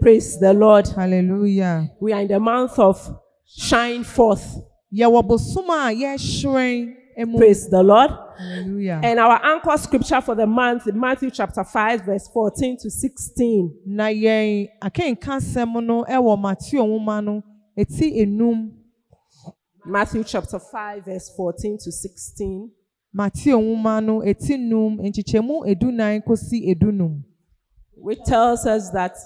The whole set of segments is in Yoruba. Praise the Lord. hallelujah We are in the month of shine forth. yɛwɔ bosom a yɛhyerɛn mu Praise the Lord. hallelujah And our anchor scripture for the month, Matthew chapter 5, verse 14 to 16. na yɛn akenka sɛm no ɛwɔ mateo nwoma no eti enum Matthew chapter 5, verse 14 to 16. mateo nwoma no eti num nkyekyɛmu edunan kosi edunum which tells us that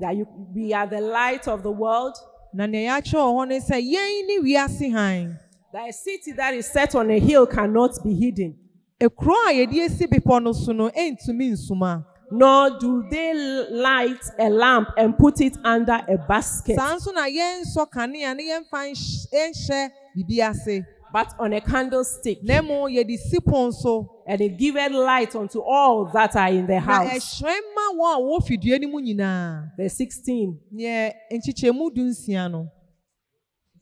that you, we are the light of the world. na nea yɛakyerɛ wɔ hɔ no sɛ yɛn ne wiase hann That a city that is set on a hill cannot be hidden, ekuro a yɛde esi bepɔ no so no entumi nsuma nor do they light a lamp and put it under a basket, saa nso na yɛnsɔ kanea ne yɛmfa nhy- nhyɛ biribi ase but on a candlestick, na mmom yɛde si pon so and it giveth light unto all that are in the na house. ɛhyerɛn ma wɔn a wɔfidie no mu nyinaa Verse 16. neɛ nkyekyɛmu du nsia no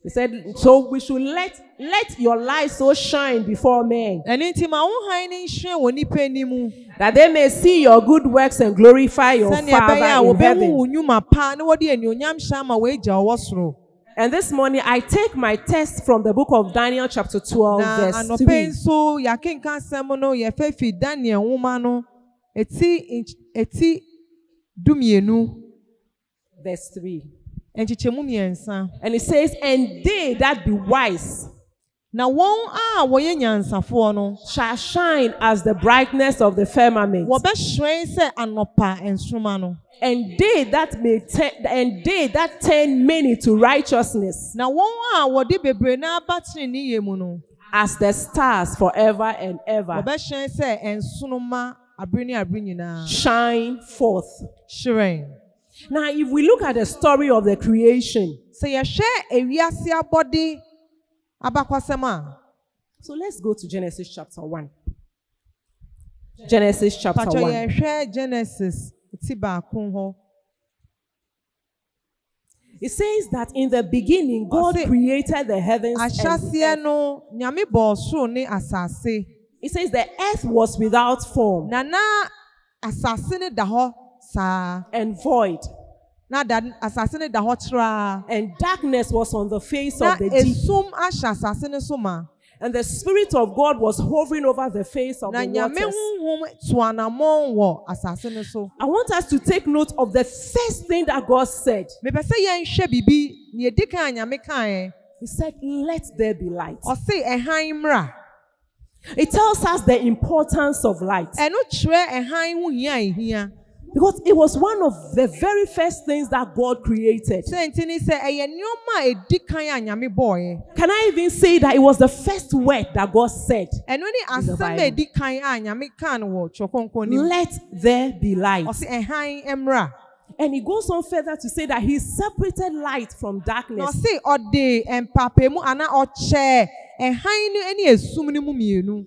He said, So we should let let your light so shine before men ɛno nti ma wo hann no nhyerɛn wɔ nnipa anim that they may see your good works and glorify your sɛnea ɛbɛyɛ a Father in wɔbɛhu heaven. wo nnwuma pa na wɔde anuonyam hyɛ ama wɔagya wɔ soro And this morning, I take my text from the book of Daniel, chapter 12, na verse anɔpɛ 3. nso yɛakenka asɛm no yɛfɛ fi daniel nwoma no ɛti nky- ɛti dumienu Verse 3. nkyekyɛmu mmiɛnsa And it says, And they that be wise na wɔn a wɔyɛ nyansafoɔ no shall shine as the brightness of the firmament. wɔbɛhyerɛn sɛ anɔpa nsoroma no And they that may turn and they that turn many to righteousness na wɔn a wɔde bebree no aba teneneeyɛ mu no as the stars forever and ever. wɔbɛhyerɛn sɛ nsonoma abere ne abere nyinaa Shine forth. hyerɛn Now, if we look at the story of the creation, sɛ yɛhwɛ ewiase abɔde abakwasɛm a so let's go to Genesis chapter 1. Genesis chapter patwɛ 1. yɛhwɛ genesis ti baako hɔ It says that in the beginning, God Ɔse- created the heavens. and the ahyɛseɛ earth. no nyame bɔɔ soro ne asase It says the earth was without form na na asase no da hɔ saa and void, na da asase no da hɔ kyeraa and darkness was on the face na of the deep. esum ahyɛ asase no so ma And the Spirit of God was hovering over the face of na the nyame waters. honhom to anammɔn wɔ asase no so I want us to take note of the first thing that God said. mepɛ sɛ yɛnhwɛ biribi nea ɛdi kan a nyame kaeɛ He said, Let there be light. ɔse ɛhan mmra It tells us the importance of light ɛno kyerɛ ɛhan ho hia a ɛhia because it was one of the very first things that God created. sɛ nti ne sɛ ɛyɛ nneɔma a ɛdi kan a nyame bɔɔeɛ Can I even say that it was the first word that God said? ɛno ne In the asɛm a Bible. Mm. ɛdi kan a nyame kaa no wɔ twerɛkɔnkɔn no mu Let there be light. ɔse ɛhan mmra And he goes on further to say that he separated light from na darkness. ɔse ɔde mpapamu anaa ɔkyɛɛ ɛhan no ne esum no mu mmienu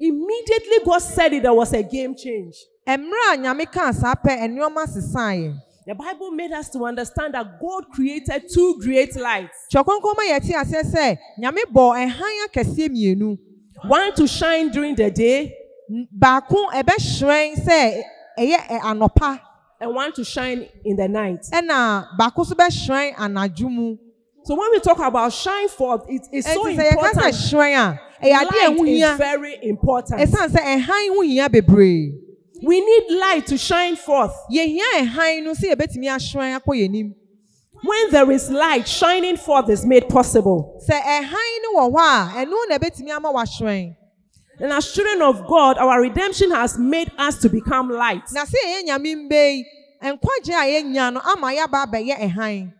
Immediately, God said it, there was a game change. ɛmmerɛ a nyame kaa saa pɛ ɛnneɔma sesaeɛ The Bible made us to understand that God created two great lights twerɛkɔnkɔn ma yɛte aseɛ sɛ nyame bɔɔ ɛhan akɛseɛ mmienu one to shine during the day N- baako ɛbɛhyerɛn sɛ ɛyɛ ɛ- anɔpa and one to shine in the night. ɛna baako nso bɛhyerɛn anadwo mu So, when we talk about shine forth, it is so ɛnti sɛ yɛka sɛ important. hyerɛn a ɛyɛ adeɛ a Light ɛho is hia very important. ɛsiane sɛ ɛhan ho hia bebree We need light to shine forth. yɛhia ɛhan no sɛ yɛbɛtumi ahyerɛn akɔ yɛn anim When there is light, shining forth is made possible. sɛ ɛhan no wɔ hɔ a ɛno na ɛbɛtumi ama wahyerɛn And as children of God, our redemption has made us to become light. na sɛ yɛyɛ nyame mbɛ yi nkwagye a yɛnya no ama yɛaba abɛyɛ ɛhan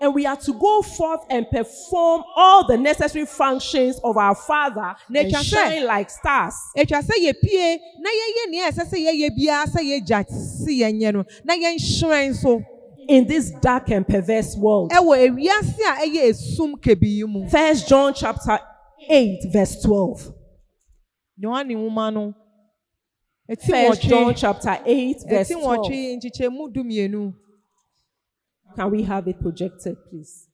And we are to go forth and perform all the necessary functions of our Father and Nature said- shine like stars. atwa sɛ yɛpie na yɛyɛ nea ɛsɛ sɛ yɛyɛ biara sɛ yɛgya si yɛnyɛ no na yɛnhyerɛn nso In this dark and perverse world. ɛwɔ ewiase a ɛyɛ esum kebii mu First John chapter 8, verse 12. yohane nwoma no eti First John wɔtwe chapter 8, verse eti 12. wɔtwe nkyekyɛmu du mmienu Can we have it projected, please?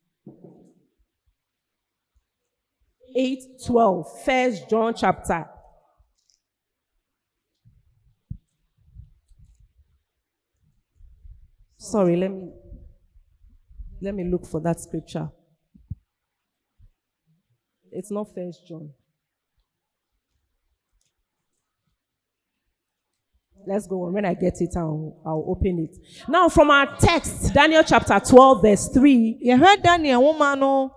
8 12, 1 John chapter Sorry, let me let me look for that scripture. It's not First John. Let's go on. When I get it, I'll, I'll open it. Now, from our text, Daniel chapter 12, verse 3, yɛhwɛ daniel nwoma no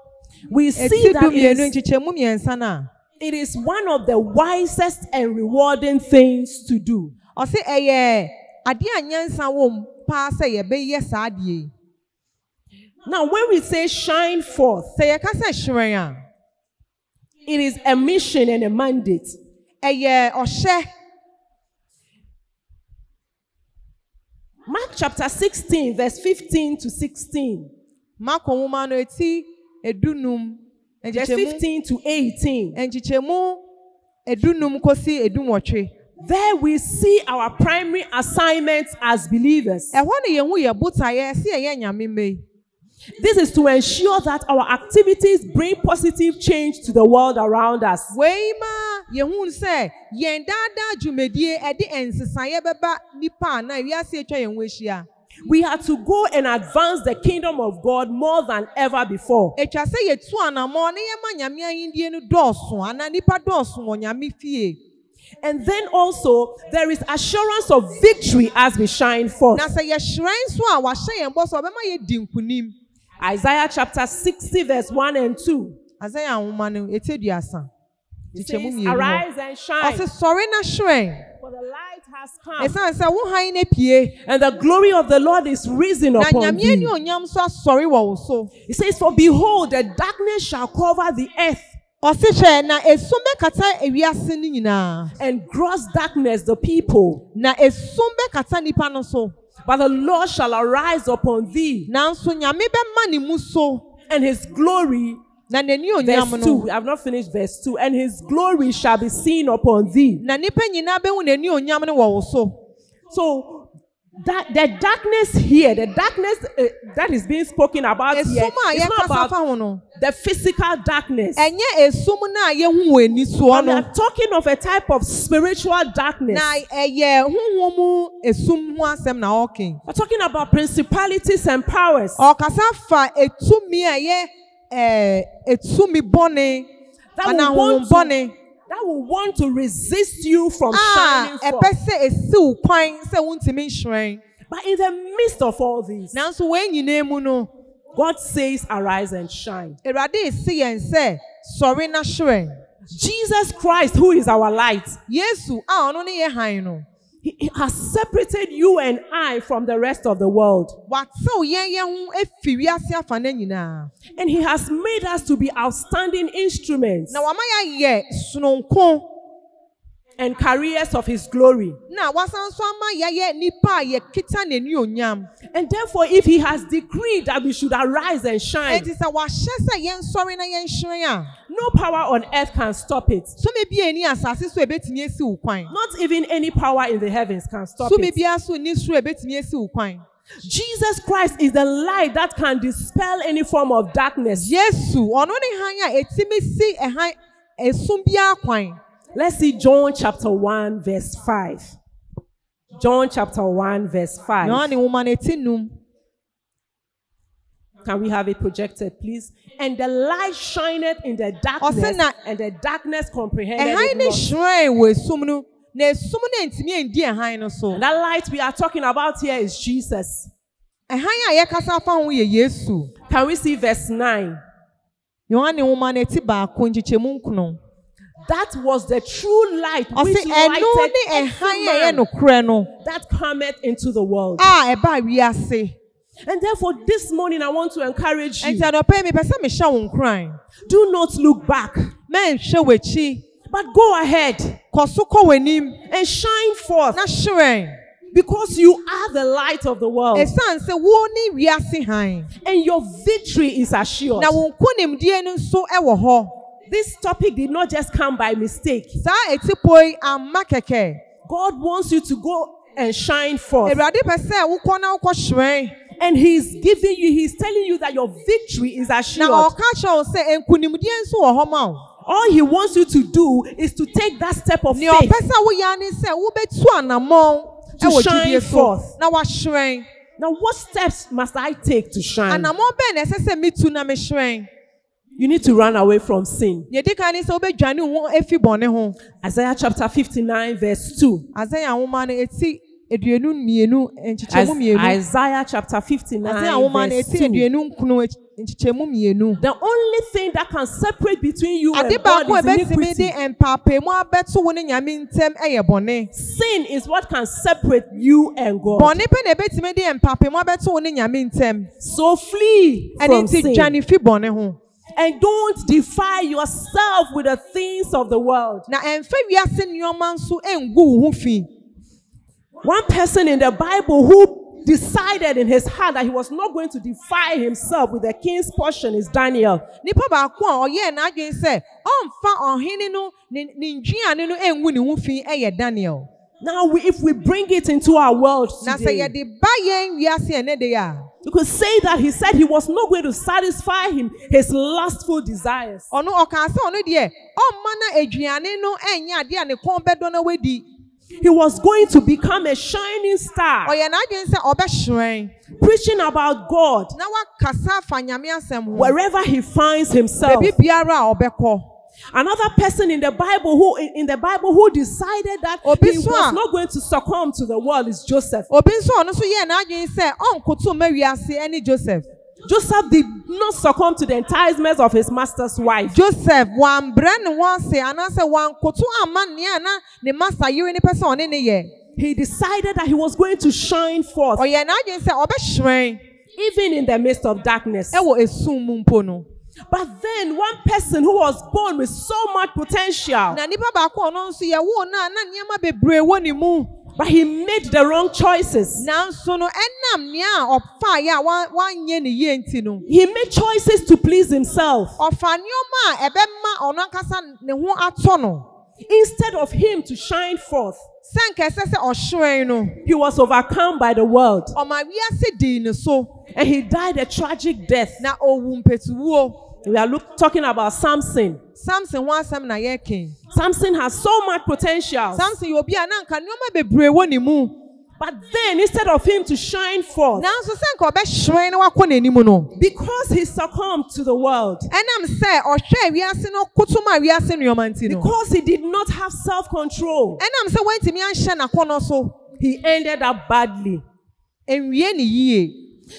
we see eti that du it mmienu is, nkyekyɛmu mmiɛnsa no a it is one of the wisest and rewarding things to do. ɔsɛ ɛyɛ adeɛ a nyansa wɔ mu paa sɛ yɛbɛyɛ saa adeɛ yi Now, when we say shine forth, sɛ yɛka sɛ hyerɛn it is a mission and a mandate. a ɛyɛ ɔhyɛ Mark chapter 16, verse 15 to 16, mako nwoma no eti edunum verse nkyekyɛmu 15 to 18. nkyekyɛmu edunum kosi edunwɔtwe There we see our primary assignment as believers. ɛhɔ no yɛn ho yɛ botaeɛ ɛsi ɛyɛ nyame mɛ This is to ensure that our activities bring positive change to the world around us. wei ma yɛn ho sɛ yɛn daadaa dwumadie ɛde nsesaeɛ bɛba nipa a na wiase atwa yɛn ho ahyia We have to go and advance the kingdom of God more than ever before. atwa sɛ yɛtu anammɔn ne yɛma nyame ahendeɛ no dɔɔso anaa nipa dɔɔso wɔ nyame fie And then also, there is assurance of victory as we shine forth. na sɛ yɛhyerɛn nso a wahyɛ yɛn bɔ so a ɔbɛma yɛdi nkonim Isaiah chapter 60, verse 1 and 2. asɛyɛ ahoma no ɛti aduasa It nkyɛmu says, mmienu hɔ. Arise and shine, ɔse sɔre na hyerɛn for the light has come. ɛsiane sɛ wo hann no apue And the glory of the Lord is risen na upon nyame ani thee. onyam nso asɔre wɔ wo so He says, For behold, the darkness shall cover the earth, ɔse hyɛ na esum bɛkata ewiase no nyinaa and gross darkness the people. na esum bɛkata nipa no so But the Lord shall arise upon thee, nanso nyame bɛma ne mu so and his glory. na n'ani Verse onyam no 2. I've not finished verse 2. And his glory shall be seen upon thee. na nipa nyinaa bɛhu n'ani onyam no wɔ wo so So, that the darkness here, the darkness uh, that is being spoken about here, esum a it's not yɛkasa about fa ho no the physical darkness. ɛnyɛ esum no a yɛhu wɔ ani soɔ But we Eh, no are talking of a type of spiritual darkness. na ɛyɛ huhu mu esum ho asɛm na ɔɔken We're talking about principalities and powers. ɔkasa fa etumi a ɛyɛ ɛɛ etumi bɔne That anaa will want huhu bɔne that will want to resist you from Ah, a shining ɛpɛ forth. sɛ esiw kwan sɛ wuntumi nhyerɛn But in the midst of all this, nanso wɔn nyinaa mu no God says, arise and shine. awurade esi yɛn sɛ sɔre na hyerɛn Jesus Christ, who is our light, yesu a ɔno ne yɛ hann no he, he has separated you and I from the rest of the world. watew yɛn yɛn ho efi wiase afa ne nyinaa And he has made us to be outstanding instruments na wama yɛayɛ sononko and carriers of his glory. na wasan so ama yɛayɛ nipa a yɛkita n'ani onyam And therefore, if he has decreed that we should arise and shine, eti sɛ wahyɛ sɛ yɛn sɔre na yɛn hyerɛn a. no power on earth can stop it. sumi bi eni asase so ebetumi esi wo kwan Not even any power in the heavens can stop sumi it. bi aso ni soro ebetumi esi wo kwan Jesus Christ is the light that can dispel any form of darkness. yesu ɔno ne hann a etimi si ɛhan esum bia kwan Let's see John chapter 1, verse 5. John chapter 1, verse 5. yohane nwoma na eti num Can we have it projected, please? And the light shineth in the Ɔse darkness, na- and the darkness comprehended ɛhan it ne not. hyerɛn wɔ esum no na esum no ntumi endi ɛhan no so And That light we are talking about here is Jesus. ɛhan a yɛkasa fa ho yɛ yesu Can we see verse 9? yohane nwoma na eti baako nkyekyɛmu nkono That was the true light ɔsi which ɛnu lighted ne every ɛhan a ɛyɛ man nokorɛ no that cometh into the world. a ɛbaa wiase And therefore, this morning I want to encourage you. ɛnti adɔpɛ mi pɛ sɛ mi hyɛ wo nkran Do not look back, mɛ nhwɛ wɔ akyi. but go ahead kɔ so kɔ w'anim and shine forth na hyerɛn because you are the light of the world ɛsiane sɛ wo ne wiase hann and your victory is assured. na wo nkonimdie no nso ɛwɔ hɔ This topic did not just come by mistake. saa etipo yi ama kɛkɛ God wants you to go and shine forth, awurade pɛ sɛ wokɔ na wokɔ hyerɛn and He's giving you, He's telling you that your victory is na assured. ɔka kyerɛ wo sɛ nkonimdie nso wɔ hɔ ma wo All He wants you to do is to take that step of nea ɔpɛ faith sɛ woyɛ ne sɛ wobɛtu anammɔn To ɛwɔ shine gyidie so forth. na wahyerɛn Now, what steps must I take to shine? anammɔn bɛn na ɛsɛ sɛ mi tu na mi hyerɛn You need to run away from sin. yedi kan ni sɛ wobɛdwane wo ho efi bɔne ho Isaiah chapter 59, verse 2. azɛn ahoma no eti eduonu mmienu Is- nkyekyɛmu mmienu Isaiah chapter azɛn ahoma 59, no verse eti 2. eduonu nkunu ekyi- nkyekyɛmu mmienu The only thing that can separate between you ade and God baako a is ebetumi de iniquity. mpaapaamu abɛto wo ne nyame ntɛm ɛyɛ bɔne Sin is what can separate you and God. bɔne pɛ na ebetumi de mpaapaamu abɛto wo ne nyame ntɛm So flee ɛne from nti sin dwane fi bɔne ho and don't defile yourself with the things of the world. na ɛnfɛ wiase nneɛma nso ɛngu wo ho fi One person in the Bible who decided in his heart that he was not going to defile himself with the king's portion is Daniel. nipa baako a ɔyɛɛ n'adwene sɛ ɔmfa ɔhene no ne ne nduane no ɛngu ne ho fi ɛyɛ daniel Now, we, if we bring it into our world na sɛ today, yɛde ba yɛn wiase ɛnɛ de a you could say that he said he was not going to satisfy him his lustful desires. ɔno ɔkaa sɛ ɔno deɛ ɔmma na aduane no ɛnyɛ adeɛ a ne kɔn bɛdɔ na wadi He was going to become a shining star, ɔyɛ n'adwene sɛ ɔbɛhyerɛn preaching about God na wakasa afa nyame asɛm ho wherever he finds himself. baabi biara a ɔbɛkɔ Another person in the Bible who in in the Bible who decided that Obi he so was a- not going to succumb to the world is Joseph. obi nso a ɔno nso yɛɛ n'adwene sɛ ɔnkoto mma wiase ɛne joseph Joseph did not succumb to the enticements of his master's wife. joseph wambrɛ ne ho ase anaasɛ wankoto amma nea na ne masa yere ne pɛ sɛ ɔne ne yɛ He decided that he was going to shine forth ɔyɛ n'adwene sɛ ɔbɛhyerɛn even in the midst of darkness. ɛwɔ esum mu mpo no But then one person who was born with so much potential, na nipa baako a ɔno nso yɛwoo no a na nneɛma bebree wɔ ne mu but he made the wrong choices. nanso no ɛnam nea a ɔfaa yɛ a wa- wanyɛ ne yie nti no He made choices to please himself ɔfa nneɛma a ɛbɛma ɔno ankasa ne ho atɔ no instead of him to shine forth. sɛ nkɛsɛ sɛ ɔhyerɛn no He was overcome by the world ɔma wiase dii ne so and he died a tragic death. na owu mpɛtuwuo We are look, talking about Samson. samson ho asɛm na yɛreken Samson has so much potential, samson yɛ obi a na nka nneɛma bebree wɔ ne mu but then instead of him to shine forth, nanso sɛ nka ɔbɛhyerɛn na wakɔ n'anim no because he succumbed to the world, ɛnam sɛ ɔhwɛ wiase no kotoma wiase nneɛma nti no because he did not have self control, ɛnam sɛ wantumi anhyɛ n'akɔnɔ so he ended up badly. nwie ne yie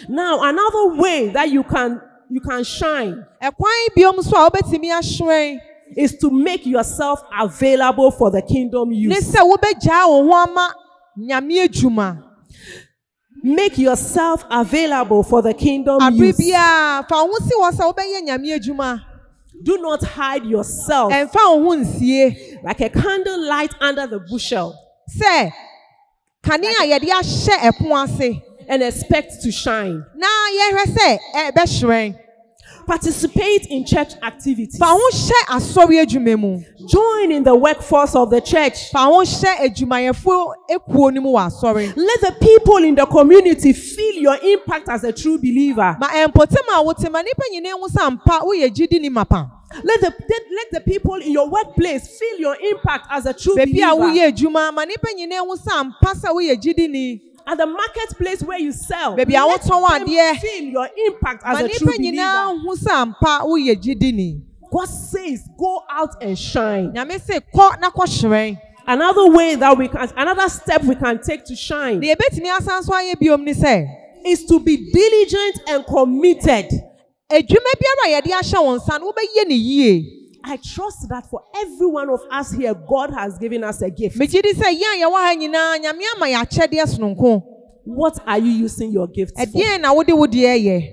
Now, another way that you can you can shine ɛkwan biom so a wobɛtumi ahyerɛn is to make yourself available for the kingdom ne use. sɛ wobɛgyaa wo ho ama nyame adwuma Make yourself available for the kingdom abere use. biara fa wo ho si hɔ sɛ wobɛyɛ nyame adwuma Do not hide yourself ɛmfa wo ho nsie like a candle light under the bushel sɛ kane a yɛde ahyɛ ɛpo ase and expect to shine. na yɛhwɛ sɛ ɛbɛhyerɛn Participate in church activities. fa ho hyɛ asɔre adwuma mu Join in the workforce of the church. fa ho hyɛ adwumayɛfoɔ ekuo no mu wɔ asɔre Let the people in the community feel your impact as a true believer. ma ɛmpɔtam a wote ma nnipa nyinaa ho sɛ ampa woyɛ gyidi ni mapa Let the, let, let the people in your workplace feel your impact as a true baabi a believer. woyɛ adwuma ma nnipa nyinaa ho sɛ ampa sɛ woyɛ gyidi ni At the marketplace where you sell, Baabi a let wotɔn them adeɛ. feel your impact ma as a nnipa true believer. nyinaa ho sɛ ampa woyɛ gyidi ni God says, go out and shine. nyame se kɔ na kɔhyerɛn Another way that we can, another step we can take to shine deɛ ɛbɛtumi asan so ayɛ biom ni sɛ is to be diligent and committed. adwuma biara a yɛde ahyɛ wɔn nsa no wobɛyɛ ne yie I trust that for every one of us here, God has given us a gift. megye di sɛ yɛn a yɛwɔ ha nyinaa nyame ama yɛ akyɛdeɛ sononko What are you using your gift for? ɛdeɛn na wode wo deɛ yɛ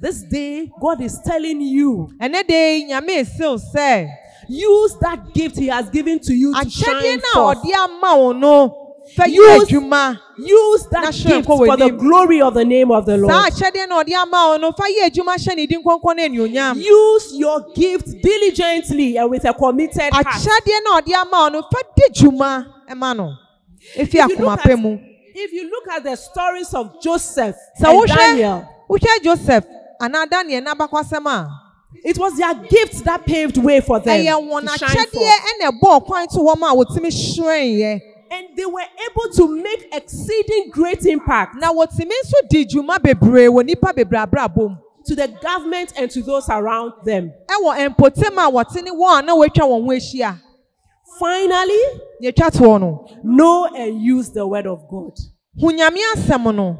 This day, God is telling you, ɛnɛ de yi, nyame esew sɛ use that gift He has given to you to akyɛdeɛ shine no a forth. ɔde ama wo no fɛ yɛ Use- adwuma Use that National gift for the Covenant. glory of the name of the saa Lord. akyɛdeɛ no a ɔde ama wo no fa yɛ adwuma hyɛ ne din kɔnkɔn na anuonyam Use your gift diligently and with a committed heart. akyɛdeɛ no a ɔde ama wo no fa di dwuma ma no efi If you, akoma look at, pɛ mu if you look at the stories of Joseph sɛ and wohwɛ Daniel, wohwɛ joseph anaa daniel n'abakɔsɛm a it was their gift that paved way for them ɛyɛ to wɔn shine akyɛdeɛ forth. ɛna ɛbɔɔ kwan to wɔn a wɔtumi hyerɛn yɛ And they were able to make exceeding great impact na wotumi nso di dwuma bebree wɔ nipa bebree abrabɔ mu to the government and to those around them. ɛwɔ mpɔtam a wɔte ne wɔn a na wɔatwa wɔn ho ahyia Finally, yɛtwa toɔ no know and use the word of God. hu nyame asɛm no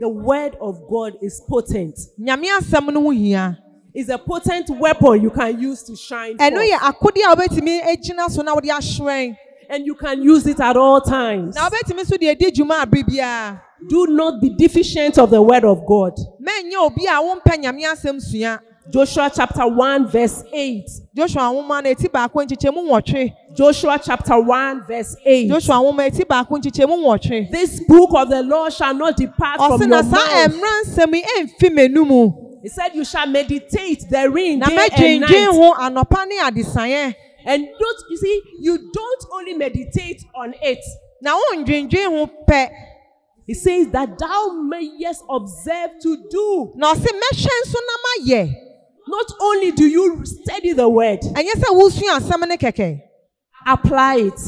The word of God is potent. nyame asɛm no ho hia It's a potent weapon you can use to shine. ɛno forth. yɛ akode a wobɛtumi agyina so na wode ahyerɛn And you can use it at all times. na wobɛtumi nso deɛ ɛdi dwuma abere biara Do not be deficient of the word of God. mɛnyɛ obi a wompɛ nyame asɛm sua Joshua chapter 1, verse 8. joshua nwoma no eti baako nkyekyɛmu nwɔtwe Joshua chapter 1, verse 8. joshua nwoma eti baako nkyekyɛmu nwɔtwe This book of the law shall not depart ɔsi from your na saa mouth. mmeran nsɛm yi emfi menu mu He said, You shall meditate therein na day and mɛgyengyen night. ho anɔpa ne adesaeɛ And don't, you see, you don't only meditate on it. na wɔndwengyen ho pɛ He says that thou mayest observe to do. na ɔsi mɛhyɛ nso na mayɛ Not only do you study the word, ɛnyɛ sɛ wosua asɛm ne kɛkɛ apply it.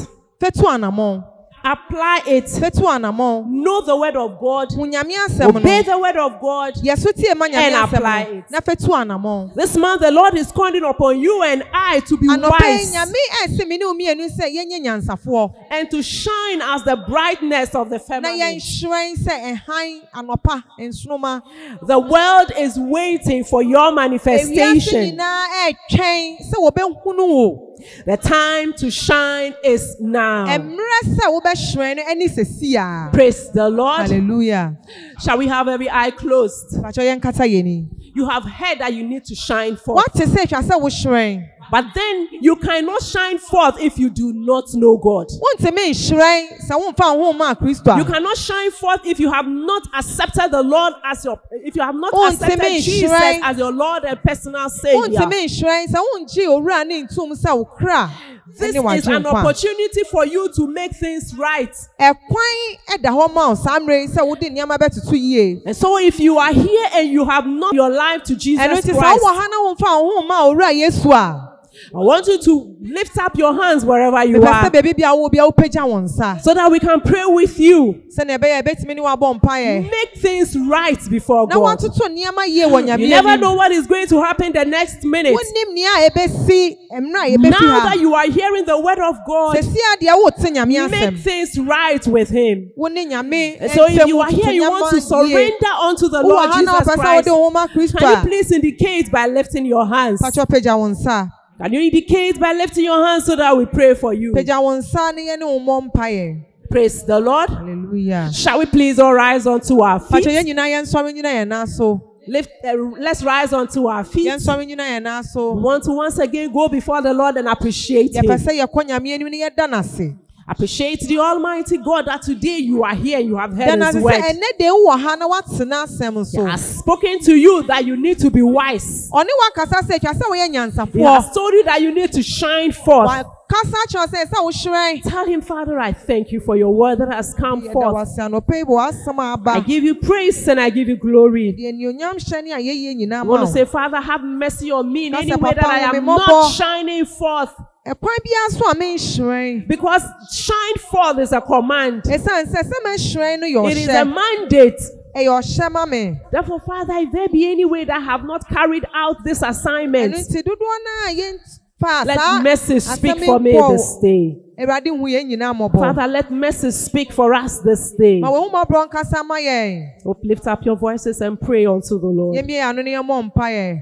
fetu anamɔn Apply it. fetu anamɔn Know the word of God. hu nyame asɛm Obey no the word of God. yɛso tie ma nyame And apply asɛm no it. na fetu anamɔn This month, the Lord is calling upon you and I to be anɔpɛ yi wise nyame ɛsi mi ne omi yɛn sɛ yɛnyɛ nyansafoɔ. and to shine as the brightness of the na family. yɛnhyerɛn sɛ ɛhan anɔpa nsoroma The world is waiting for your E ewiase manifestation. nyinaa ɛɛtwɛn sɛ wɔbɛhunu o The time to shine is now. ɛmmerɛ sɛ wobɛhyerɛn no ɛne sɛsi a Ah. Praise the Lord. halleluya Shall we have every eye closed? pakyɛ yɛnkata yɛ ni You have heard that you need to shine forth. woate sɛ atwa sɛ wohyerɛn But then you cannot shine forth if you do not know God. wontumi nhyerɛn sɛ womfa wo ho mmaa kristo You a cannot shine forth if you have not accepted the Lord as your if you have not Oh, accepted ntimi Jesus nhyerɛn. as your Lord and personal Savior. wontumi nhyerɛn sɛ wongye owura ne ntom sɛ wo kra This ne is an w'adwenkwa opportunity for you to make things right. ɛkwan ɛda hɔ ma wo saa mmerɛ yi sɛ wode nneɛma bɛtoto yie And so if you are here and you have not your life to Jesus ɛno nti Christ, sɛ wowɔ ha na womfa wo ho mmaa owura yesu a I want you to lift up your hands wherever you mepɛ sɛ are baabi bia wo bia wopagya wo nsa so that we can pray with you. sɛnea ɛbɛyɛ ɛbɛtumi ne woabɔ mpaeɛ Make things right before na God. woatoto nneɛma yie wɔ You never nyame know what is going to happen the next minute. wonim nea a ɛbɛsi mmerɛ a Now yɛbɛfi that ha you are hearing the word of God, sɛsia deɛ wote nyame make asɛm things right with Him. wo ne nyame And so if nsɛm you are wototo here, you want to nneɛma yie surrender unto the wowɔ Lord ha na Jesus wopɛ sɛ wode Christ. wo homa kristo Can you a please indicate by lifting your hands? pakyɛ pagya wo nsa Can you indicate by lifting your hands so that we pray for you? pagya wo nsa ne yɛne wo mmɔ mpaeɛ Praise the Lord. halleluya Shall we please all rise unto our pakyɛ yɛn feet? nyinaa yɛnsɔre nyina yɛn nan so Lift, uh, let's rise unto our feet. yɛnsɔre nyina yɛn nan We so want to once again go before the Lord and appreciate yɛpɛ Him. sɛ yɛkɔ nyame anim ne yɛda no ase Appreciate the Almighty God that today you are here and you have heard Then I His say, word. ɛnɛ de wowɔ ha na woatena asɛm He so. has spoken to you that you need to be wise. Ɔne wakasa sɛ atwa sɛ woyɛ He has nyansafoɔ. told you that you need to shine forth. Wakasa kyerɛ sɛ sɛ wohyerɛn. Tell Him, Father, I thank you for your word that has come Yɛda wo forth. ase anɔpa yi wɔ w'asɛm a I aba. give you praise and I give you glory. Deɛ nnuonyam hyɛ ne ayɛyie nyinaa I ma want wo. to say, Father, have mercy on me in That's any a way that papa, I am me mo not bo. shining forth. Ɛkwan biara E so a menhyerɛn. Because shine forth is a command. Ɛsiane sɛ sɛ menhyerɛn no yɛ It is a ɔhyɛ. mandate. Ɛyɛ ɔhyɛ ma me. Therefore, Father, if there be any way that I have not carried out this assignment, Ɛno nti dodoɔ no a yɛmfa let saa mercy speak asɛm yi for me nkɔ this day. Awurade hu yɛn nyinaa mmɔbɔ. Father, let mercy speak for us this day. Ma w'ahummɔborɔ nkasa mma yɛn. So lift up your voices and pray unto the Lord. Yɛmmie yɛn ano ne yɛmmɔ mpaeɛ.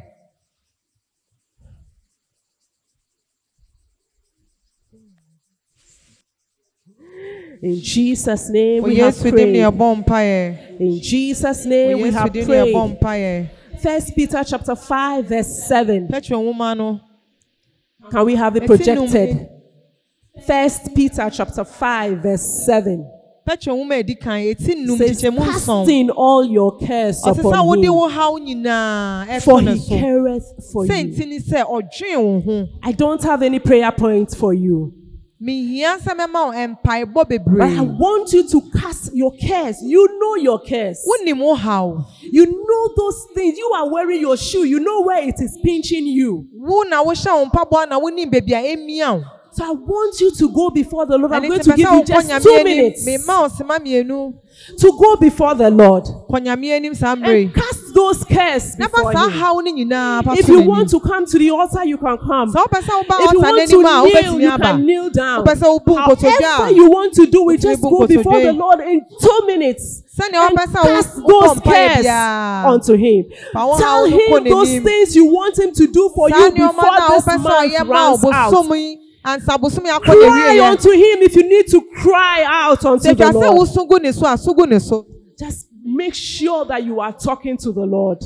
In Jesus' name Wɔ we have Yesu din na prayed. yɛbɔ mpaeɛ. In Jesus' Wɔ name we Yesu have din na prayed. yɛbɔ mpaeɛ. First Peter chapter 5, verse 7. Petro nwoma no. Can we have it Eti num ni. projected? First Peter chapter 5, verse 7. Petro nwoma a ɛdi kan eti num says, kyekyɛ mu nson. Casting all your cares Ɔte sɛ upon wode him, wo haw nyinaa for ɛto ne he so. careth for you. Sɛnti ni sɛ ɔdwen wo ho. I don't have any prayer points for you, Mihia sɛ mɛma wo mpaebɔ but I bebree. want you to cast your cares. You know your cares. Wonim wo haw. You know those things. You are wearing your shoe. You know where it is pinching you. Wo na wohyɛ wo mpaboa na wonim baabi a emia wo. So I want you to go before the Lord. I'm ɛne going nti to pɛ sɛ give you wokɔ just nyame two anim minutes mema wo sema mmienu to go before the Lord kɔ nyame anim saa mmerɛ and yi cast those cares na ma before saa Him. haw no nyinaa pa If to you n'anim. want to oh, come to the altar, you can come. sɛ wopɛ sɛ woba If you want ɔsa n'anim a to kneel, wobɛtumi you can aba kneel down. wopɛ sɛ wobu nkotodwe However a you want to do it, Wotumi just bu go before nkotodwe. the Lord in two minutes. sɛnea And wopɛ sɛ wo- cast wobɔ those mpaeɛ cares biara unto him. Fa wo Tell haw no kɔ him those n'anim. things you want him to do for saa you nneɛma before no a this wopɛ sɛ month ɔyɛ ma runs out. ɔbosom yi ansa bosom yi akɔ Cry yɛwieɛ unto him if you need to cry out unto the sɛtwa sɛ Lord. woso gu ne so a so gu ne so Just make sure that you are talking to the Lord.